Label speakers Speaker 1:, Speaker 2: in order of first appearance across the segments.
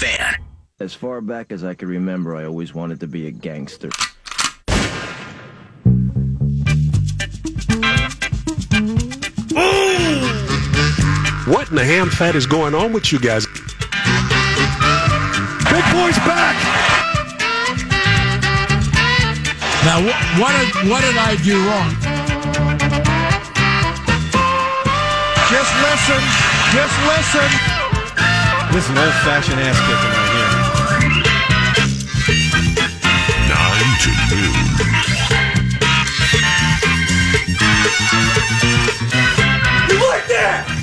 Speaker 1: fan.
Speaker 2: As far back as I can remember, I always wanted to be a gangster.
Speaker 3: What in the ham fat is going on with you guys? Big boy's back!
Speaker 4: Now, wh- what did, what did I do wrong?
Speaker 5: Just listen. Just listen. This is an old fashioned ass kicking right here.
Speaker 6: Nine to noon.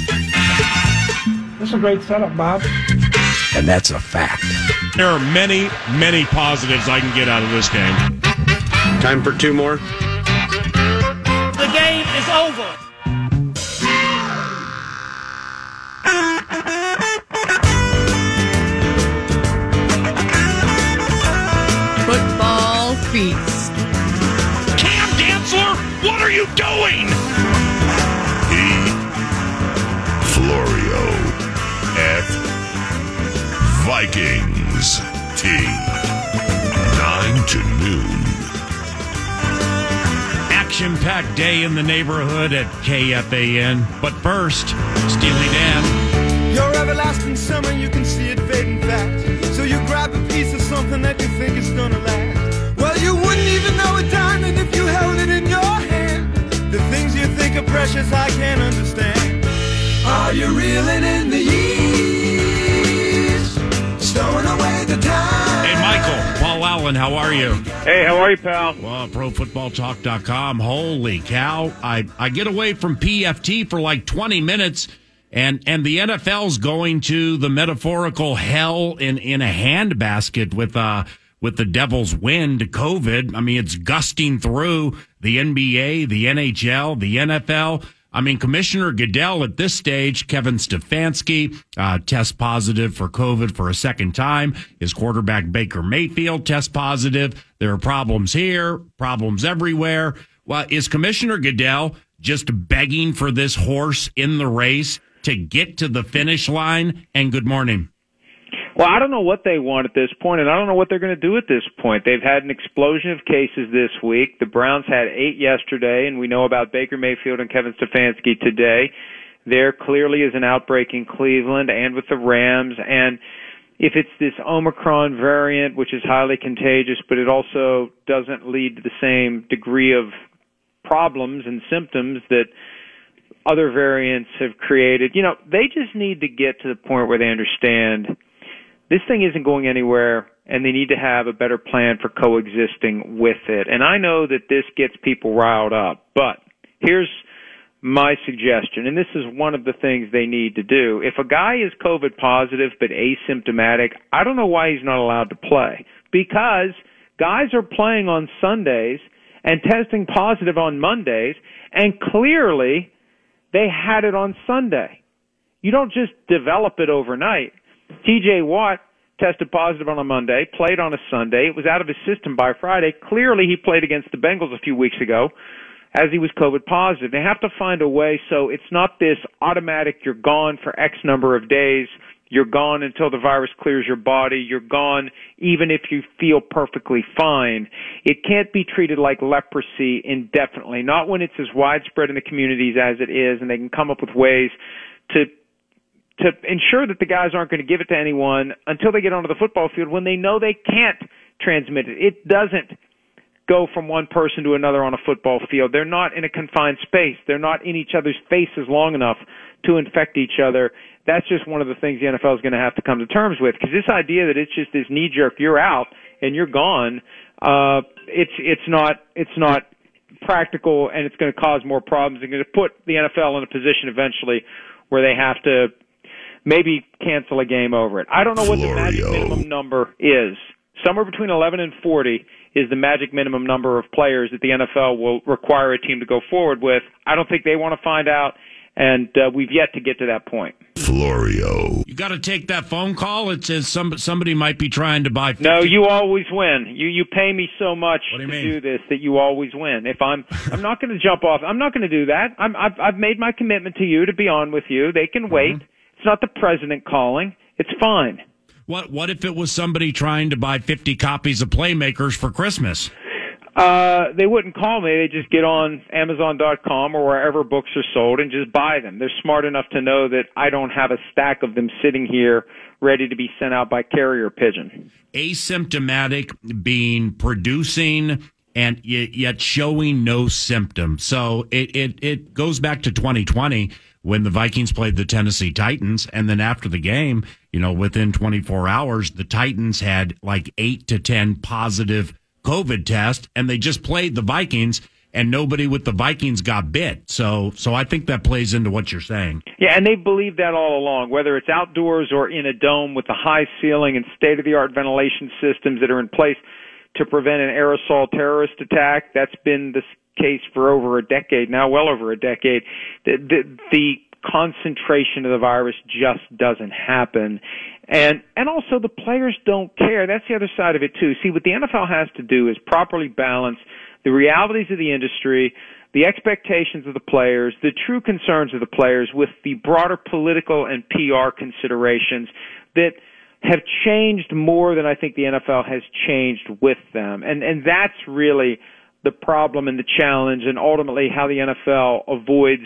Speaker 7: That's a great setup, Bob.
Speaker 3: And that's a fact.
Speaker 8: There are many, many positives I can get out of this game.
Speaker 3: Time for two more.
Speaker 9: The game is over.
Speaker 10: Football feast.
Speaker 8: Cam Dantzler, what are you doing?
Speaker 6: E. Florio. F. Vikings. T. Nine to noon.
Speaker 8: Action packed day in the neighborhood at KFAN. But first, Steely Dan.
Speaker 5: Your everlasting summer, you can see it fading fast. So you grab a piece of something that you think is gonna last. Well, you wouldn't even know a diamond if you held it in your hand. The things you think are precious, I can't understand. Are you reeling in the years? Stowing away the time.
Speaker 8: Hey, Michael, Paul Allen, how are you?
Speaker 7: Hey, how are you, pal?
Speaker 8: Well, ProFootballTalk.com. Holy cow. I, I get away from PFT for like 20 minutes, and, and the NFL's going to the metaphorical hell in, in a handbasket with, uh, with the devil's wind, COVID. I mean, it's gusting through the NBA, the NHL, the NFL. I mean, Commissioner Goodell at this stage, Kevin Stefanski, uh, test positive for COVID for a second time. His quarterback, Baker Mayfield, test positive. There are problems here, problems everywhere. Well, is Commissioner Goodell just begging for this horse in the race to get to the finish line? And good morning.
Speaker 7: Well, I don't know what they want at this point, and I don't know what they're going to do at this point. They've had an explosion of cases this week. The Browns had eight yesterday, and we know about Baker Mayfield and Kevin Stefanski today. There clearly is an outbreak in Cleveland and with the Rams, and if it's this Omicron variant, which is highly contagious, but it also doesn't lead to the same degree of problems and symptoms that other variants have created, you know, they just need to get to the point where they understand this thing isn't going anywhere and they need to have a better plan for coexisting with it. And I know that this gets people riled up, but here's my suggestion, and this is one of the things they need to do. If a guy is COVID positive but asymptomatic, I don't know why he's not allowed to play because guys are playing on Sundays and testing positive on Mondays, and clearly they had it on Sunday. You don't just develop it overnight. TJ Watt tested positive on a Monday, played on a Sunday. It was out of his system by Friday. Clearly, he played against the Bengals a few weeks ago as he was COVID positive. They have to find a way so it's not this automatic, you're gone for X number of days. You're gone until the virus clears your body. You're gone even if you feel perfectly fine. It can't be treated like leprosy indefinitely, not when it's as widespread in the communities as it is, and they can come up with ways to to ensure that the guys aren't going to give it to anyone until they get onto the football field when they know they can't transmit it. It doesn't go from one person to another on a football field. They're not in a confined space. They're not in each other's faces long enough to infect each other. That's just one of the things the NFL is going to have to come to terms with because this idea that it's just this knee jerk, you're out and you're gone, uh, it's it's not it's not practical and it's going to cause more problems. It's going to put the NFL in a position eventually where they have to maybe cancel a game over it. I don't know what the magic
Speaker 6: Florio.
Speaker 7: minimum number is. Somewhere between 11 and 40 is the magic minimum number of players that the NFL will require a team to go forward with. I don't think they want to find out, and uh, we've yet to get to that point.
Speaker 6: Florio.
Speaker 8: You got to take that phone call. It says some, somebody might be trying to buy.
Speaker 7: No, you always win. You you pay me so much
Speaker 8: What do
Speaker 7: to
Speaker 8: you mean?
Speaker 7: do this that you always win. If I'm I'm not going to jump off. I'm not going to do that. I'm I've I've made my
Speaker 8: Mm-hmm.
Speaker 7: commitment to you to be on with you. They can wait. It's not the president calling. It's fine.
Speaker 8: What what if it was somebody trying to buy 50 copies of Playmakers for Christmas?
Speaker 7: Uh, they wouldn't call me. They just get on Amazon.com or wherever books are sold and just buy them. They're smart enough to know that I don't have a stack of them sitting here ready to be sent out by carrier pigeon.
Speaker 8: Asymptomatic being producing and y- yet showing no symptoms. So it, it, it goes back to 2020 when the Vikings played the Tennessee Titans. And then after the game, you know, within 24 hours, the Titans had like eight to 10 positive COVID tests and they just played the Vikings and nobody with the Vikings got bit. So, so I think that plays into what you're saying.
Speaker 7: Yeah, and they believed that all along, whether it's outdoors or in a dome with a high ceiling and state of the art ventilation systems that are in place to prevent an aerosol terrorist attack. That's been the case for over a decade now, well over a decade. The, the, the concentration of the virus just doesn't happen. And, and also the players don't care. That's the other side of it too. See, what the NFL has to do is properly balance the realities of the industry, the expectations of the players, the true concerns of the players with the broader political and PR considerations that have changed more than I think the NFL has changed with them. And and that's really the problem and the challenge and ultimately how the NFL avoids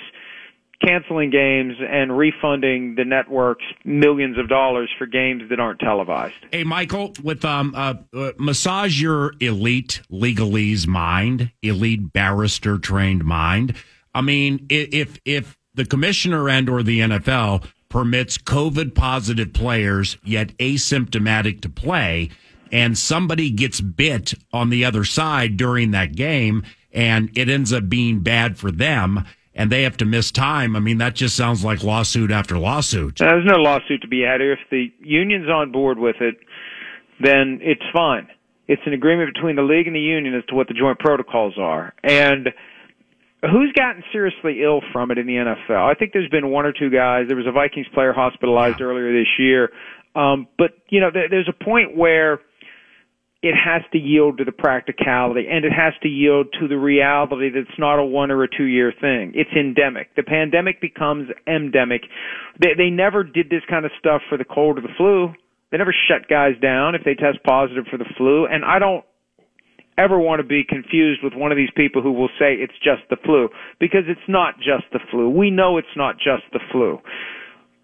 Speaker 7: canceling games and refunding the networks millions of dollars for games that aren't televised.
Speaker 8: Hey, Michael, with um, uh, uh, massage your elite legalese mind, elite barrister trained mind. I mean, i- if if the commissioner and or the NFL permits COVID positive players yet asymptomatic to play, and somebody gets bit on the other side during that game, and it ends up being bad for them. And they have to miss time. I mean, that just sounds like lawsuit after lawsuit.
Speaker 7: Now, there's no lawsuit to be had here. If the union's on board with it, then it's fine. It's an agreement between the league and the union as to what the joint protocols are. And who's gotten seriously ill from it in the NFL? I think there's been one or two guys. There was a Vikings player hospitalized earlier this year. Um, but, you know, there, there's a point where it has to yield to the practicality and it has to yield to the reality that it's not a one or a two year thing. It's endemic. The pandemic becomes endemic. They, they never did this kind of stuff for the cold or the flu. They never shut guys down if they test positive for the flu. And I don't ever want to be confused with one of these people who will say it's just the flu because it's not just the flu. We know it's not just the flu.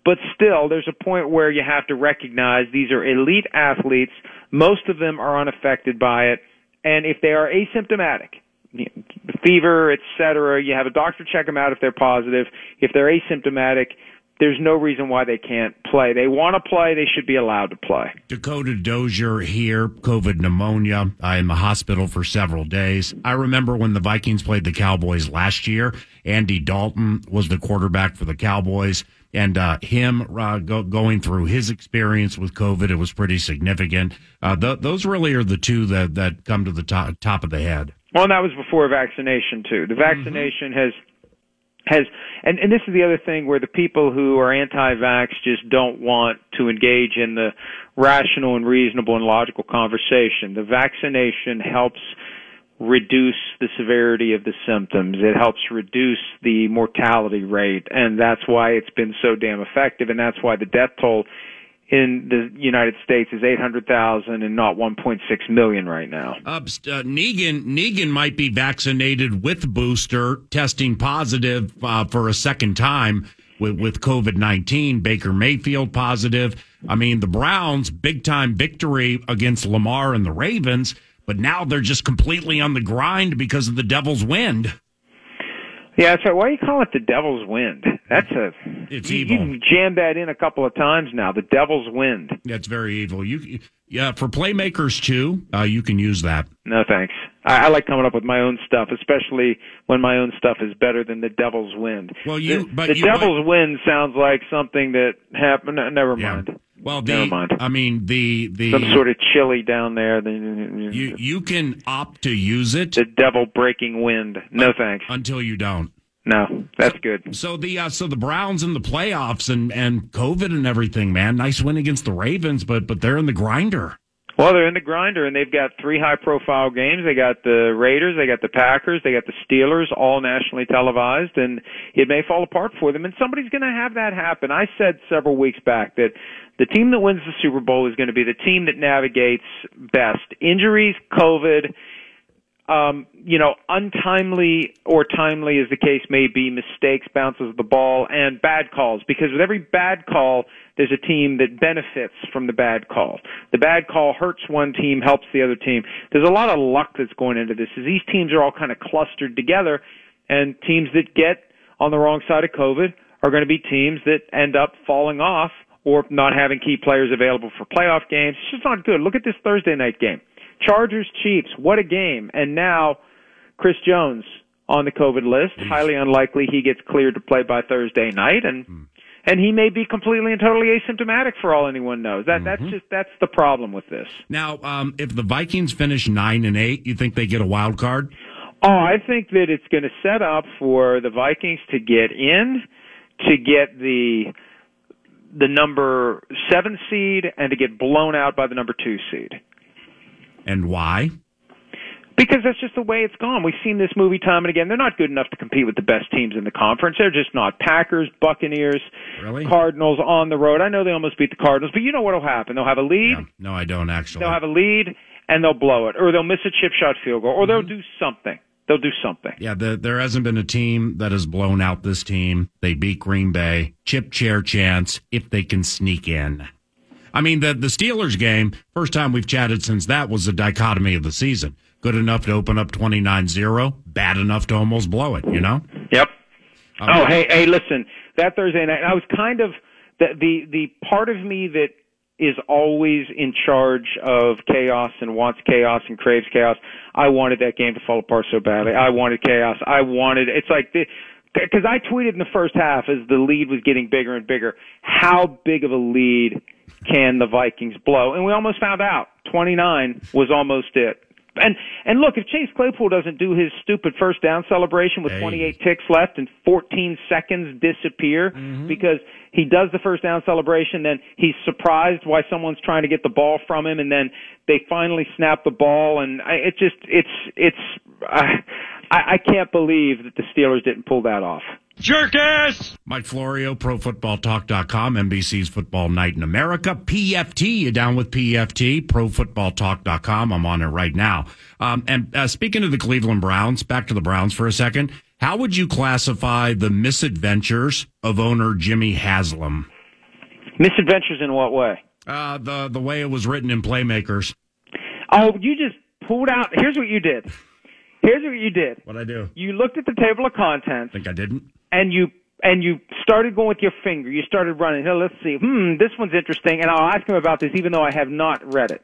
Speaker 7: But still, there's a point where you have to recognize these are elite athletes. Most of them are unaffected by it. And if they are asymptomatic, you know, fever, et cetera, you have a doctor check them out if they're positive. If they're asymptomatic, there's no reason why they can't play. They want to play, they should be allowed to play.
Speaker 8: Dakota Dozier here, COVID pneumonia. I in the hospital for several days. I remember when the Vikings played the Cowboys last year. Andy Dalton was the quarterback for the Cowboys, and uh, him uh, go, going through his experience with COVID, it was pretty significant. Uh, th- those really are the two that that come to the top, top of the head.
Speaker 7: Well, and that was before vaccination too. The vaccination has has and and this is the other thing where the people who are anti-vax just don't want to engage in the rational and reasonable and logical conversation. The vaccination helps reduce the severity of the symptoms. It helps reduce the mortality rate and that's why it's been so damn effective and that's why the death toll in the United States is 800,000 and not 1.6 million right now.
Speaker 8: Uh, uh, Negan Negan might be vaccinated with booster, testing positive uh, for a second time with, with COVID nineteen. Baker Mayfield positive. I mean, the Browns big time victory against Lamar and the Ravens, but now they're just completely on the grind because of the Devil's wind.
Speaker 7: Yeah, so why do you call it the devil's wind? That's a
Speaker 8: It's
Speaker 7: you,
Speaker 8: evil.
Speaker 7: You can jam that in a couple of times now. The devil's wind.
Speaker 8: That's very evil. You, yeah, for playmakers too, uh, you can use that.
Speaker 7: No thanks. I, I like coming up with my own stuff, especially when my own stuff is better than the devil's wind.
Speaker 8: Well, you-
Speaker 7: the,
Speaker 8: but
Speaker 7: the
Speaker 8: you
Speaker 7: devil's wind sounds like something that happened. no, Never
Speaker 8: Yeah.
Speaker 7: mind.
Speaker 8: Well, the
Speaker 7: Never mind.
Speaker 8: I mean the the
Speaker 7: Some sort of chili down there. The,
Speaker 8: you you can opt to use it
Speaker 7: uh, the devil breaking wind. No thanks.
Speaker 8: until you don't.
Speaker 7: No, that's good.
Speaker 8: So the uh, so the Browns in the playoffs and and COVID and everything, man. Nice win against the Ravens, but but they're in the grinder.
Speaker 7: Well, they're in the grinder, and they've got three high-profile games. They got the Raiders, they got the Packers, they got the Steelers, all nationally televised, and it may fall apart for them. And somebody's going to have that happen. I said several weeks back that the team that wins the Super Bowl is going to be the team that navigates best injuries, COVID, um, you know, untimely or timely as the case may be, mistakes, bounces of the ball, and bad calls. Because with every bad call, there's a team that benefits from the bad call. The bad call hurts one team, helps the other team. There's a lot of luck that's going into this. Is these teams are all kind of clustered together, and teams that get on the wrong side of COVID are going to be teams that end up falling off or not having key players available for playoff games. It's just not good. Look at this Thursday night game. Chargers Chiefs, what a game. And now Chris Jones on the COVID list. Highly unlikely he gets cleared to play by Thursday night and and he may be completely and totally asymptomatic for all anyone knows. That that's just that's the problem with this.
Speaker 8: Now, um, if the Vikings finish nine and eight, you think they get a wild card?
Speaker 7: Oh, I think that it's going to set up for the Vikings to get in, to get the the number 7 seed and to get blown out by the number 2 seed.
Speaker 8: And why?
Speaker 7: Because that's just the way it's gone. We've seen this movie time and again. They're not good enough to compete with the best teams in the conference. They're just not. Packers, Buccaneers,
Speaker 8: Really?
Speaker 7: Cardinals on the road. I know they almost beat the Cardinals, but you know what'll happen. They'll have a lead.
Speaker 8: Yeah. No, I don't actually.
Speaker 7: They'll have a lead and they'll blow it, or they'll miss a chip shot field goal, or they'll
Speaker 8: Mm-hmm.
Speaker 7: do something. They'll do something.
Speaker 8: yeah, the, there hasn't been a team that has blown out this team. They beat Green Bay. Chip chair chance if they can sneak in. I mean, the, the Steelers game, first time we've chatted since that was the dichotomy of the season. Good enough to open up 29 0, bad enough to almost blow it, you know?
Speaker 7: Yep. oh, hey, hey, listen. That Thursday night, I was kind of the the the part of me that is always in charge of chaos and wants chaos and craves chaos. I wanted that game to fall apart so badly. I wanted chaos. I wanted. It's like the. Because I tweeted in the first half as the lead was getting bigger and bigger, how big of a lead can the Vikings blow? And we almost found out. 29 was almost it. And and look, if Chase Claypool doesn't do his stupid first down celebration with
Speaker 8: Hey.
Speaker 7: 28 ticks left and 14 seconds disappear because he does the first down celebration, then he's surprised why someone's trying to get the ball from him, and then they finally snap the ball, and I, it just it's it's I I I can't believe that the Steelers didn't pull that off.
Speaker 9: Jerk ass!
Speaker 8: Mike Florio, ProFootballTalk.com, NBC's Football Night in America. PFT, you down with PFT, ProFootballTalk.com. I'm on it right now. Um, and uh, speaking of the Cleveland Browns, back to the Browns for a second. How would you classify the misadventures of owner Jimmy Haslam?
Speaker 7: Misadventures in what way?
Speaker 8: Uh, the the way it was written in Playmakers.
Speaker 7: Oh, you just pulled out. Here's what you did. Here's what you did.
Speaker 8: What I do?
Speaker 7: You looked at the table of contents
Speaker 8: Think I didn't?
Speaker 7: and you and you started going with your finger. You started running. Hey, let's see. Hmm, this one's interesting, and I'll ask him about this, even though I have not read it.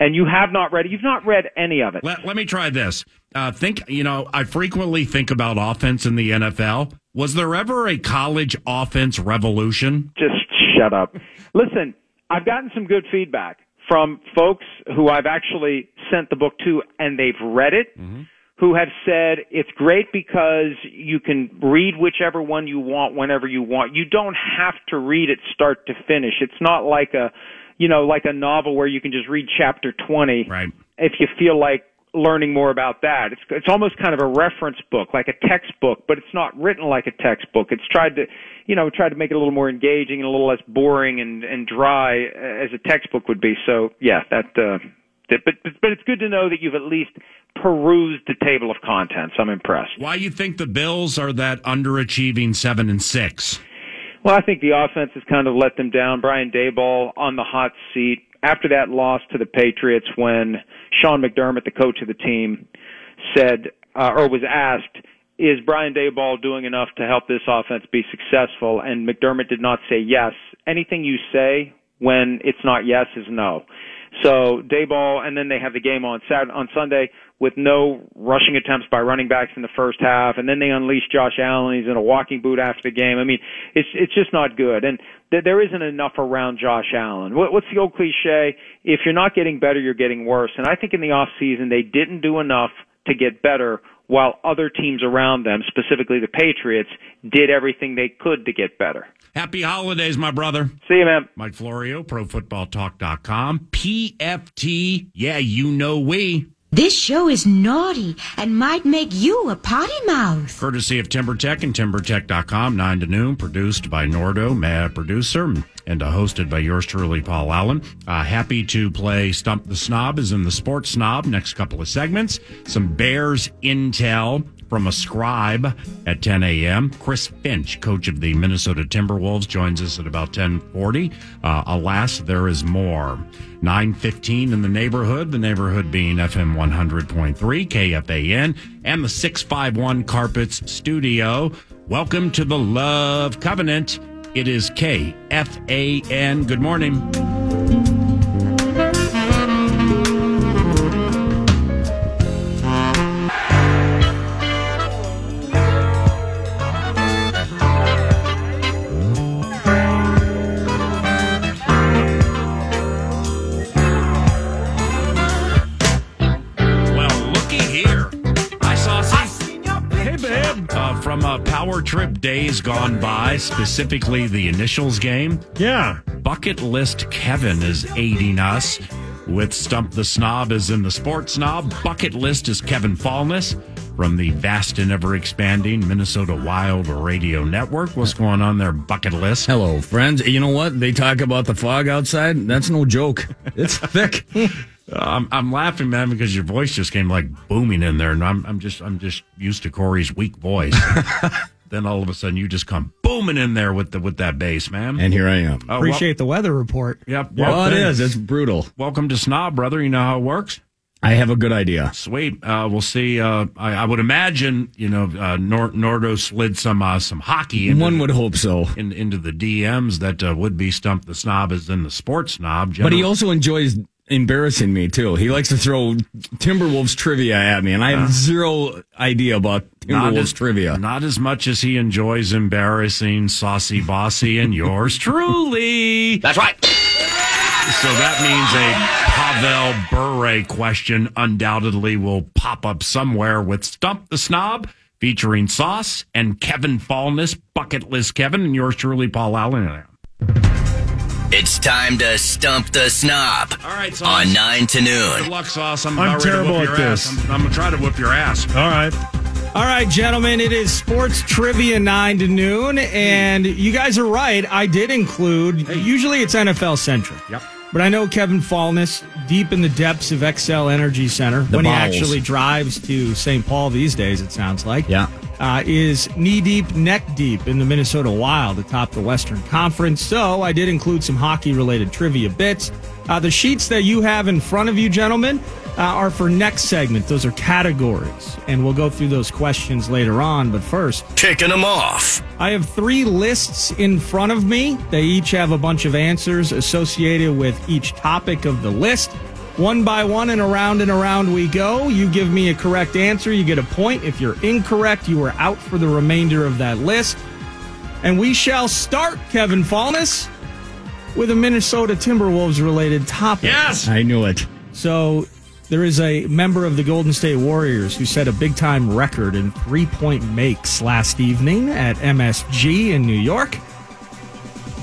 Speaker 7: And you have not read it. You've not read any of it.
Speaker 8: Let, let me try this. Uh, think, you know, I frequently think about offense in the NFL. Was there ever a college offense revolution?
Speaker 7: Just shut up. Listen, I've gotten some good feedback from folks who I've actually sent the book to, and they've read it. Who have said it's great because you can read whichever one you want whenever you want. You don't have to read it start to finish. It's not like a, you know, like a novel where you can just read chapter 20
Speaker 8: Right.
Speaker 7: if you feel like learning more about that. It's it's almost kind of a reference book, like a textbook, but it's not written like a textbook. It's tried to, you know, tried to make it a little more engaging and a little less boring and and dry uh, as a textbook would be. So yeah, that. Uh, that- but but it's good to know that you've at least perused the table of contents. I'm impressed.
Speaker 8: Why you think the Bills are that underachieving seven and six?
Speaker 7: Well, I think the offense has kind of let them down. Brian Dayball on the hot seat after that loss to the Patriots when Sean McDermott, the coach of the team, said uh, or was asked, is Brian Dayball doing enough to help this offense be successful? And McDermott did not say yes. Anything you say when it's not yes is no. So Dayball, and then they have the game on Saturday, on Sunday with no rushing attempts by running backs in the first half, and then they unleash Josh Allen. He's in a walking boot after the game. I mean, it's it's just not good, and th- there isn't enough around Josh Allen. What, what's the old cliche? If you're not getting better, you're getting worse. And I think in the off season they didn't do enough to get better while other teams around them, specifically the Patriots, did everything they could to get better.
Speaker 8: Happy holidays, my brother.
Speaker 7: See you, man.
Speaker 8: Mike Florio, ProFootballTalk.com. PFT. Yeah, you know we.
Speaker 1: This show is naughty and might make you a potty mouth.
Speaker 8: Courtesy of Timber Tech and TimberTech.com, 9 to noon, produced by Nordo, mad producer, and uh, hosted by yours truly, Paul Allen. Uh, happy to play Stump the Snob is in the Sports Snob next couple of segments. Some Bears intel from a scribe at 10 a.m. Chris Finch, coach of the Minnesota Timberwolves, joins us at about 1040. Uh, alas, there is more. 915 in the neighborhood, the neighborhood being FM 100.3, KFAN, and the 651 Carpets Studio. Welcome to the Love Covenant. It is KFAN. Good morning. Well, looky here. I saw some Hey, babe. Uh, from uh, Power Trip Days Gone By, specifically the initials game.
Speaker 3: Yeah.
Speaker 8: Bucket List Kevin is aiding us with Stump the Snob is in the Sports Snob. Bucket List is Kevin Fallness from the vast and ever expanding Minnesota Wild Radio Network. What's going on there, Bucket List?
Speaker 10: Hello, friends. You know what? They talk about the fog outside. That's no joke. It's thick.
Speaker 8: I'm, I'm laughing, man, because your voice just came like booming in there, and I'm, I'm just I'm just used to Corey's weak voice. then all of a sudden, you just come booming in there with the with that bass, man.
Speaker 10: and here I am.
Speaker 8: Oh,
Speaker 11: Appreciate the weather report.
Speaker 8: Well, yep.
Speaker 10: Well, it is.
Speaker 8: thanks.
Speaker 10: It's brutal.
Speaker 8: Welcome to Snob, brother. You know how it works.
Speaker 10: I have a good idea.
Speaker 8: Sweet. Uh, we'll see. Uh, I, I would imagine, you know, uh, Nor- Nordo slid some uh, some hockey into,
Speaker 10: One would hope so.
Speaker 8: in, into the DMs that uh, would be stump the snob is in the sports snob.
Speaker 10: But he
Speaker 8: General-
Speaker 10: also enjoys embarrassing me, too. He likes to throw Timberwolves trivia at me, and I have
Speaker 4: Uh-huh.
Speaker 10: zero idea about Timberwolves trivia.
Speaker 8: Not as much as he enjoys embarrassing Saucy Bossy and yours truly. That's right. So that means a Pavel Bure question undoubtedly will pop up somewhere with Stump the Snob featuring Sauce and Kevin Fallness, Bucket List Kevin, and yours truly, Paul Allen.
Speaker 12: It's time to stump the snob
Speaker 8: All right, Sauce.
Speaker 12: on 9 to
Speaker 8: Good
Speaker 12: noon.
Speaker 8: luck, Sauce. I'm,
Speaker 11: I'm
Speaker 8: about ready
Speaker 11: terrible
Speaker 8: to whoop
Speaker 11: at
Speaker 8: your
Speaker 11: this.
Speaker 8: Ass. I'm, I'm going to try to whip your ass.
Speaker 11: All right. All right, gentlemen, it is sports trivia 9 to noon, and you guys are right. I did include, usually it's NFL centric.
Speaker 8: Yep.
Speaker 11: But I know Kevin Fallness, deep in the depths of XL Energy Center,
Speaker 10: bowels.
Speaker 11: when he actually drives to St. Paul these days, it sounds like.
Speaker 10: Yeah.
Speaker 11: Uh, is knee deep, neck deep in the Minnesota Wild atop the Western Conference. So I did include some hockey related trivia bits. Uh, the sheets that you have in front of you, gentlemen, uh, are for next segment. Those are categories, and we'll go through those questions later on. But first,
Speaker 12: Kicking them off.
Speaker 11: I have three lists in front of me. They each have a bunch of answers associated with each topic of the list. One by one and around and around we go. You give me a correct answer, you get a point. If you're incorrect, you are out for the remainder of that list. And we shall start, Kevin Fallness, with a Minnesota Timberwolves related topic.
Speaker 8: Yes.
Speaker 10: I knew it.
Speaker 11: So there is a member of the Golden State Warriors who set a big time record in three point makes last evening at MSG in New York.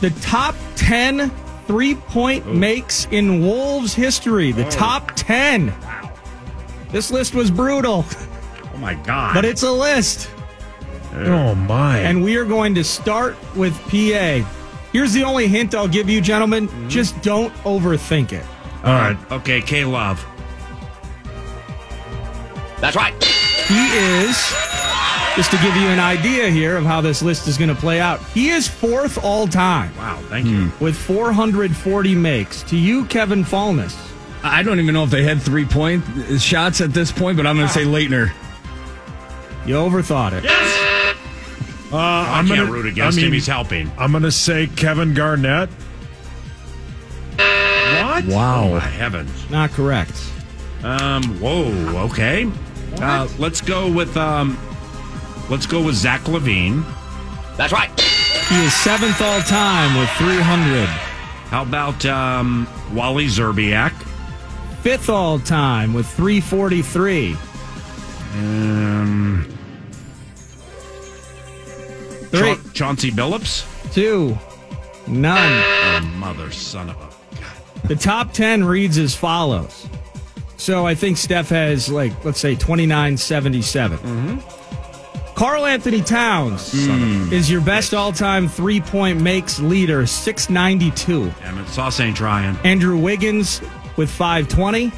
Speaker 11: The top 10 three point makes in Wolves history. The top 10. Wow. This list was brutal,
Speaker 8: Oh, my God.
Speaker 11: but it's a list.
Speaker 3: Oh, my.
Speaker 11: And we are going to start with PA. Here's the only hint I'll give you, gentlemen.
Speaker 3: Mm-hmm.
Speaker 11: Just don't overthink it.
Speaker 3: All right.
Speaker 8: Okay, K Love.
Speaker 12: That's right.
Speaker 11: He is, just to give you an idea here of how this list is going to play out, he is fourth all time
Speaker 8: Wow, thank you.
Speaker 11: with 440 makes. To you, Kevin Fallness.
Speaker 10: I don't even know if they had three point shots at this point, but I'm going to say Leitner.
Speaker 11: You overthought it.
Speaker 3: Uh, I'm
Speaker 8: I can't
Speaker 3: gonna,
Speaker 8: root against
Speaker 3: I mean,
Speaker 8: him. He's helping.
Speaker 3: I'm going to say Kevin Garnett.
Speaker 8: What?
Speaker 10: Wow.
Speaker 8: Oh, my heavens.
Speaker 11: Not correct.
Speaker 8: Um. Whoa. Okay. Uh, let's go with um. Let's go with Zach Levine.
Speaker 12: That's right.
Speaker 11: He is seventh all time with 300.
Speaker 8: How about um Wally Zerbiak?
Speaker 11: Fifth all time with 343.
Speaker 8: Um,
Speaker 11: Three.
Speaker 8: Cha- Chauncey Billups?
Speaker 11: Two. None.
Speaker 8: Oh, mother son of a.
Speaker 11: The top 10 reads as follows. So I think Steph has, like, let's say 2977. Carl Anthony Towns is your best all time three point makes leader, 692.
Speaker 8: Damn it, sauce ain't trying.
Speaker 11: Andrew Wiggins with 520.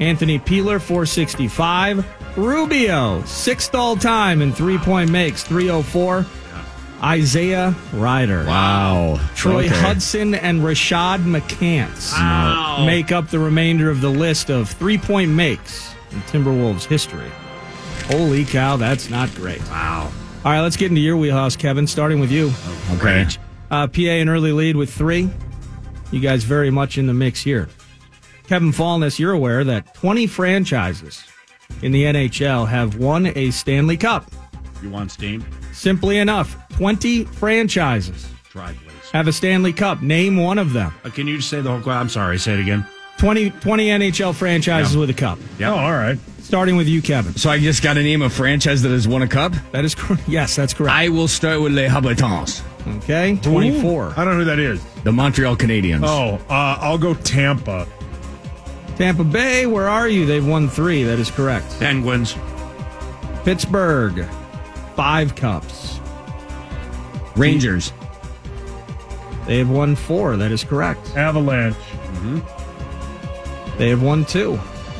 Speaker 11: Anthony Peeler, 465. Rubio, sixth all time in three point makes, 304. Isaiah Ryder.
Speaker 10: Wow.
Speaker 11: Troy
Speaker 10: Okay.
Speaker 11: Hudson and Rashad McCants make up the remainder of the list of three point makes in Timberwolves history. Holy cow, that's not great.
Speaker 8: Wow.
Speaker 11: All right, let's get into your wheelhouse, Kevin, starting with you.
Speaker 10: Okay.
Speaker 11: Uh, PA an early lead with three. You guys very much in the mix here. Kevin Fallness, you're aware that 20 franchises in the NHL have won a Stanley Cup.
Speaker 8: You want steam?
Speaker 11: Simply enough, 20 franchises
Speaker 8: Try, please.
Speaker 11: have a Stanley Cup. Name one of them.
Speaker 8: Uh, can you just say the whole. qu- I'm sorry, say it again.
Speaker 11: 20, 20 NHL franchises
Speaker 8: Yeah.
Speaker 11: with a cup.
Speaker 8: Yeah. Oh, all right.
Speaker 11: Starting with you, Kevin.
Speaker 10: So I just got to name a franchise that has won a cup.
Speaker 11: That is correct. Yes, that's correct.
Speaker 10: I will start with Les Habitants,
Speaker 11: Okay, 24.
Speaker 13: I don't know who that is.
Speaker 10: the Montreal Canadiens.
Speaker 13: Oh, uh, I'll go Tampa.
Speaker 11: Tampa Bay, where are you? They've won three. That is correct.
Speaker 8: Penguins.
Speaker 11: Pittsburgh, five cups.
Speaker 10: Rangers.
Speaker 11: They have won four. That is correct.
Speaker 13: Avalanche.
Speaker 11: They have won two.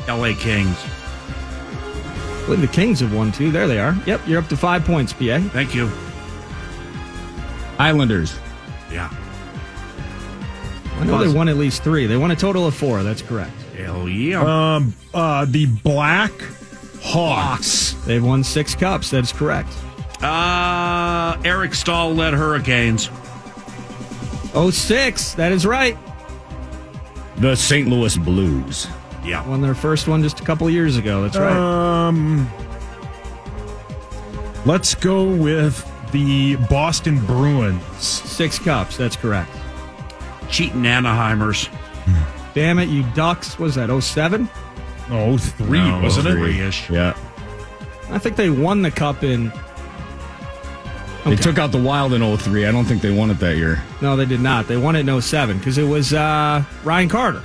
Speaker 8: LA Kings.
Speaker 11: I believe the Kings have won two. There they are. Yep, you're up to five points, PA.
Speaker 8: Thank you.
Speaker 10: Islanders.
Speaker 8: Yeah.
Speaker 11: I know they won at least three. They won a total of four. That's correct.
Speaker 8: Hell yeah.
Speaker 13: Um, uh, the Black Hawks.
Speaker 11: They've won six cups. That's correct.
Speaker 8: Uh, Eric Stahl led Hurricanes.
Speaker 11: Oh, six. That is right.
Speaker 10: The St. Louis Blues.
Speaker 8: Yeah.
Speaker 11: Won their first one just a couple years ago. That's right.
Speaker 13: Um, let's go with the Boston Bruins.
Speaker 11: Six cups. That's correct.
Speaker 8: Cheating Anaheimers.
Speaker 11: Damn it, you Ducks. Was that 07?
Speaker 13: Oh, three,
Speaker 8: No,
Speaker 13: wasn't it?
Speaker 8: Three-ish.
Speaker 10: Yeah.
Speaker 11: I think they won the cup in.
Speaker 10: They took out the Wild in 03. I don't think they won it that year.
Speaker 11: No, they did not. They won it in 07 because it was uh, Ryan Carter.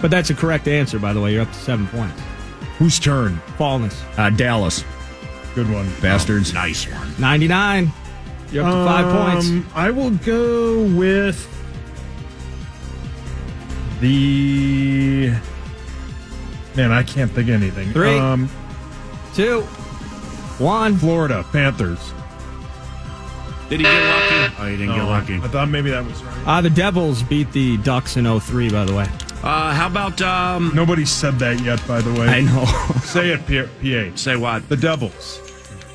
Speaker 11: But that's a correct answer, by the way. You're up to seven points.
Speaker 13: Whose turn?
Speaker 11: Fallness,
Speaker 10: Uh, Dallas.
Speaker 13: Good one.
Speaker 10: Bastards.
Speaker 8: Nice one.
Speaker 11: 99. You're up to five points.
Speaker 13: Um, I will go with the. Man, I can't think of anything. Um,
Speaker 11: Three. Two, one.
Speaker 13: Florida Panthers.
Speaker 8: Did he get lucky? Oh, he didn't
Speaker 13: No,
Speaker 8: get lucky.
Speaker 13: I thought maybe that was right.
Speaker 11: Uh, the Devils beat the Ducks in 03, by the way.
Speaker 8: Uh, how about, um,
Speaker 13: Nobody said that yet, by the way.
Speaker 10: I know.
Speaker 13: Say it, P- PH.
Speaker 8: say what?
Speaker 13: The Devils.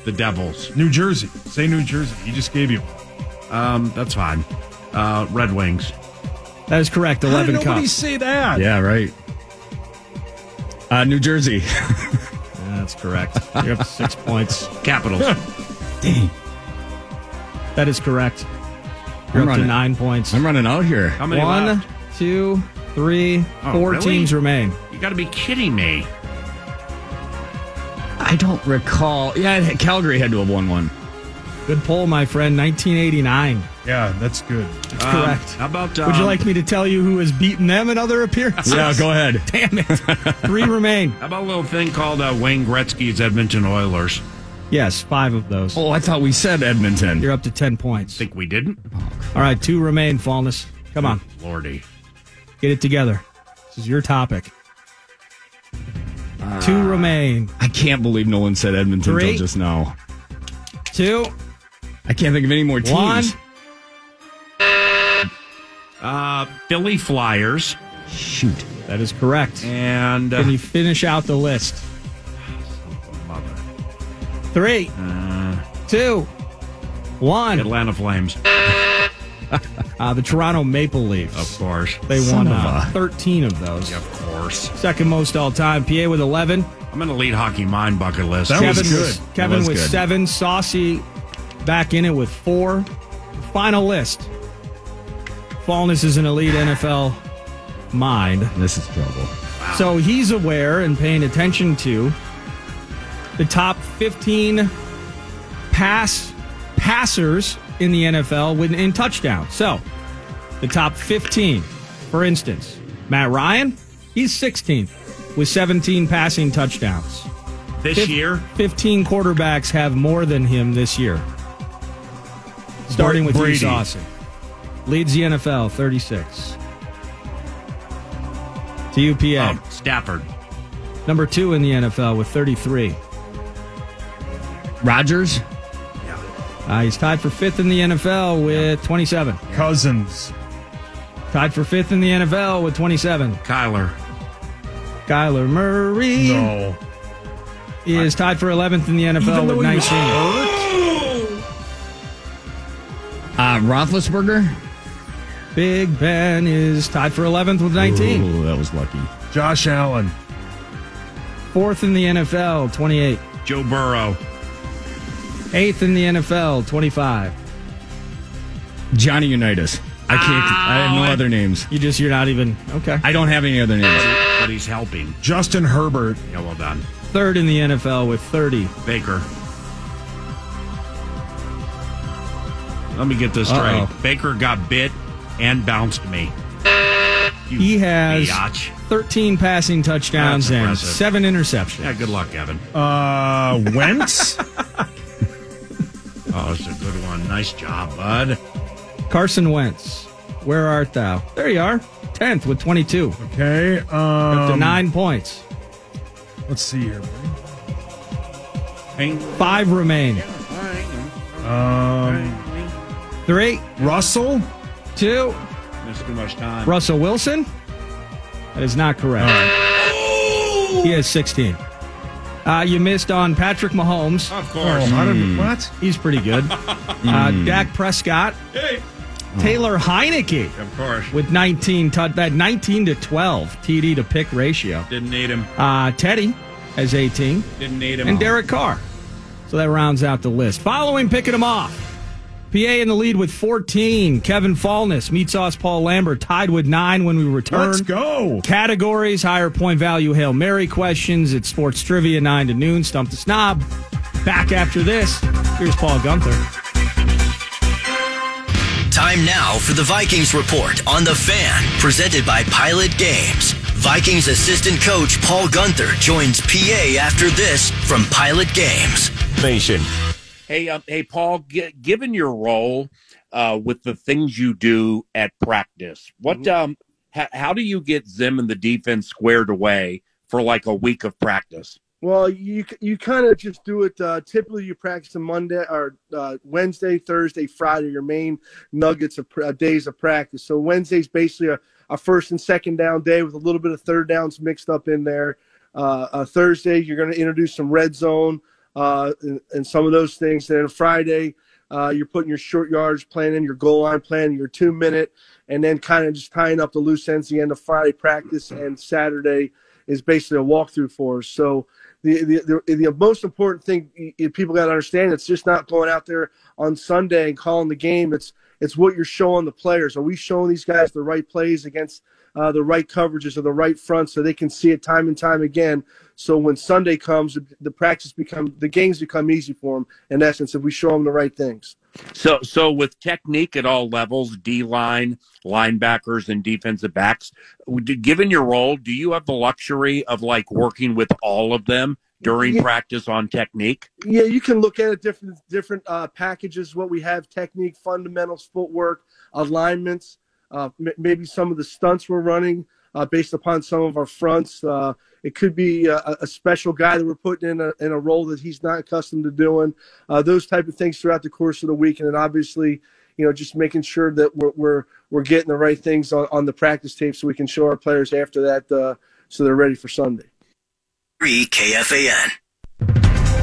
Speaker 8: The Devils.
Speaker 13: New Jersey. Say New Jersey. He just gave you one.
Speaker 8: Um, that's fine. Uh, Red Wings.
Speaker 11: That is correct.
Speaker 13: How did
Speaker 11: 11
Speaker 13: nobody
Speaker 11: cups.
Speaker 13: say that?
Speaker 10: yeah, right. Uh, New Jersey.
Speaker 11: That's correct. You're up to six points.
Speaker 8: Capitals.
Speaker 10: Dang.
Speaker 11: That is correct.
Speaker 10: I'm
Speaker 11: You're up to
Speaker 10: running,
Speaker 11: nine points.
Speaker 10: I'm running out here.
Speaker 8: How many
Speaker 11: One,
Speaker 8: left?
Speaker 11: two, three, four
Speaker 8: Oh, really?
Speaker 11: teams remain.
Speaker 8: You gotta be kidding me.
Speaker 10: I don't recall. Yeah, Calgary had to have won one.
Speaker 11: Good poll, my friend. 1989.
Speaker 13: Yeah, that's good.
Speaker 11: That's correct.
Speaker 8: Um, How about,
Speaker 11: Would you
Speaker 8: um,
Speaker 11: like me to tell you who has beaten them in other appearances?
Speaker 10: Yeah, go ahead.
Speaker 11: Damn it. Three remain.
Speaker 8: How about a little thing called uh, Wayne Gretzky's Edmonton Oilers?
Speaker 11: Yes, five of those.
Speaker 10: Oh, I thought we said Edmonton.
Speaker 11: You're up to 10 points.
Speaker 8: Think we didn't?
Speaker 11: All right, two remain, Fallness. Come on,
Speaker 8: Lordy.
Speaker 11: get it together. This is your topic.
Speaker 10: Ah.
Speaker 11: two remain.
Speaker 10: I can't believe no one said Edmonton
Speaker 11: Three.
Speaker 10: until just now.
Speaker 11: Two,
Speaker 10: I can't think of any more teams.
Speaker 11: one.
Speaker 8: Uh, Philly Flyers.
Speaker 10: Shoot.
Speaker 11: That is correct.
Speaker 8: And, uh,
Speaker 11: Can you finish out the list?
Speaker 8: mother.
Speaker 11: Three,
Speaker 10: Uh,
Speaker 11: two, one.
Speaker 8: Atlanta Flames.
Speaker 11: Uh, the Toronto Maple Leafs.
Speaker 8: Of course.
Speaker 11: They
Speaker 10: Oh, Son
Speaker 11: won
Speaker 10: of
Speaker 11: uh,
Speaker 10: a-
Speaker 11: 13 of those.
Speaker 8: Of course.
Speaker 11: Second most all time. PA with 11.
Speaker 8: I'm going to lead Hockey Mind bucket list.
Speaker 13: That was
Speaker 11: Kevin
Speaker 13: good.
Speaker 11: was,
Speaker 10: That
Speaker 11: Kevin
Speaker 10: was
Speaker 11: with
Speaker 10: good.
Speaker 11: seven. Saucy back in it with four. Final list. Fallness is an elite NFL mind.
Speaker 10: This is trouble.
Speaker 11: So he's aware and paying attention to the top 15 pass passers in the NFL with, in touchdowns. So the top 15, for instance, Matt Ryan, he's 16th with 17 passing touchdowns.
Speaker 8: This
Speaker 11: Fif-
Speaker 8: year?
Speaker 11: 15 quarterbacks have more than him this year. Starting with
Speaker 8: Brady.
Speaker 11: Hugh Dawson. Leads the NFL 36. To UPA.
Speaker 8: Um, Stafford.
Speaker 11: Number two in the NFL with 33.
Speaker 10: Rodgers?
Speaker 11: Uh, he's tied for fifth in the NFL with 27.
Speaker 13: Cousins.
Speaker 11: Tied for fifth in the NFL with 27.
Speaker 8: Kyler.
Speaker 11: Kyler Murray
Speaker 13: No.
Speaker 11: is tied for 11th in the NFL with 19.
Speaker 10: Uh, Roethlisberger?
Speaker 11: Big Ben is tied for 11th with 19.
Speaker 10: Ooh, that was lucky.
Speaker 13: Josh Allen.
Speaker 11: Fourth in the NFL, 28.
Speaker 8: Joe Burrow.
Speaker 11: Eighth in the NFL, 25.
Speaker 10: Johnny Unitas. I can't. I have no other names.
Speaker 11: You just, you're not even. Okay.
Speaker 10: I don't have any other names.
Speaker 8: But he's helping.
Speaker 13: Justin Herbert.
Speaker 8: Yeah, well done.
Speaker 11: Third in the NFL with 30.
Speaker 8: Baker. Let me get this
Speaker 11: Uh-oh.
Speaker 8: straight. Baker got bit and bounced me. You
Speaker 11: He has
Speaker 8: biatch.
Speaker 11: 13 passing touchdowns
Speaker 8: That's
Speaker 11: and
Speaker 8: impressive.
Speaker 11: seven interceptions.
Speaker 8: Yeah, good luck, Evan.
Speaker 13: Uh, Wentz.
Speaker 8: Oh, it's a good one. Nice job, bud.
Speaker 11: Carson Wentz, where art thou? There you are, 10th with 22.
Speaker 13: okay. Um,
Speaker 11: Up to nine points.
Speaker 13: Let's see here.
Speaker 8: Hey,
Speaker 11: Five remain.
Speaker 13: Um,
Speaker 11: Three,
Speaker 13: Russell.
Speaker 11: two,
Speaker 8: That's too much time.
Speaker 11: Russell Wilson. That is not correct. He has 16. Uh, you missed on Patrick Mahomes.
Speaker 8: Of
Speaker 13: Oh,
Speaker 8: course.
Speaker 13: I don't, what?
Speaker 11: He's pretty good.
Speaker 8: Hmm.
Speaker 11: Uh, Dak Prescott. Taylor Heineke
Speaker 8: Of course.
Speaker 11: with 19, tou- that 19 to 12 TD to pick ratio.
Speaker 8: Didn't need him.
Speaker 11: Uh, Teddy has 18.
Speaker 8: Didn't need him.
Speaker 11: and Derek Carr. So that rounds out the list. Following picking them off. PA in the lead with 14. Kevin Fallness, Meat Sauce Paul Lambert tied with nine when we return.
Speaker 13: Let's go.
Speaker 11: Categories, higher point value, Hail Mary questions. It's sports trivia, 9 to noon. Stump the snob. Back after this. Here's Paul Gunther.
Speaker 12: Time now for the Vikings Report on The Fan, presented by Pilot Games. Vikings assistant coach Paul Gunther joins PA after this from Pilot Games.
Speaker 8: Hey, um, hey, Paul. G- given your role uh, with the things you do at practice, what
Speaker 10: Mm-hmm.
Speaker 8: um, ha- how do you get Zim and the defense squared away for like a week of practice?
Speaker 14: Well, you you kind of just do it. Uh, typically, you practice on Monday or uh, Wednesday, Thursday, Friday. Your main nuggets of pra- uh, days of practice. So Wednesday's basically a, a first and second down day with a little bit of third downs mixed up in there. Uh, uh, Thursday, you're going to introduce some red zone uh, and, and some of those things. And then Friday, uh, you're putting your short yards plan in, your goal line plan, your two minute, and then kind of just tying up the loose ends. The end of Friday practice and Saturday is basically a walkthrough for us. So the the, the, the most important thing y- y- people got to understand it's just not going out there on Sunday and calling the game. It's it's what you're showing the players. Are we showing these guys the right plays against uh, the right coverages or the right front so they can see it time and time again? So when Sunday comes, the practice become the games become easy for them. In essence, if we show them the right things.
Speaker 8: So, so with technique at all levels, D line, linebackers, and defensive backs. would you- Given your role, do you have the luxury of like working with all of them during
Speaker 14: Yeah.
Speaker 8: practice on technique?
Speaker 14: Yeah, you can look at it different different uh, packages. What we have: technique, fundamentals, footwork, alignments. Uh, m- maybe some of the stunts we're running uh, based upon some of our fronts. Uh, it could be uh, a, a special guy that we're putting in a in a role that he's not accustomed to doing. Uh, those type of things throughout the course of the week, and then obviously, you know, just making sure that we're we're, we're getting the right things on, on the practice tape so we can show our players after that uh, so they're ready for Sunday.
Speaker 12: 3 KFAN.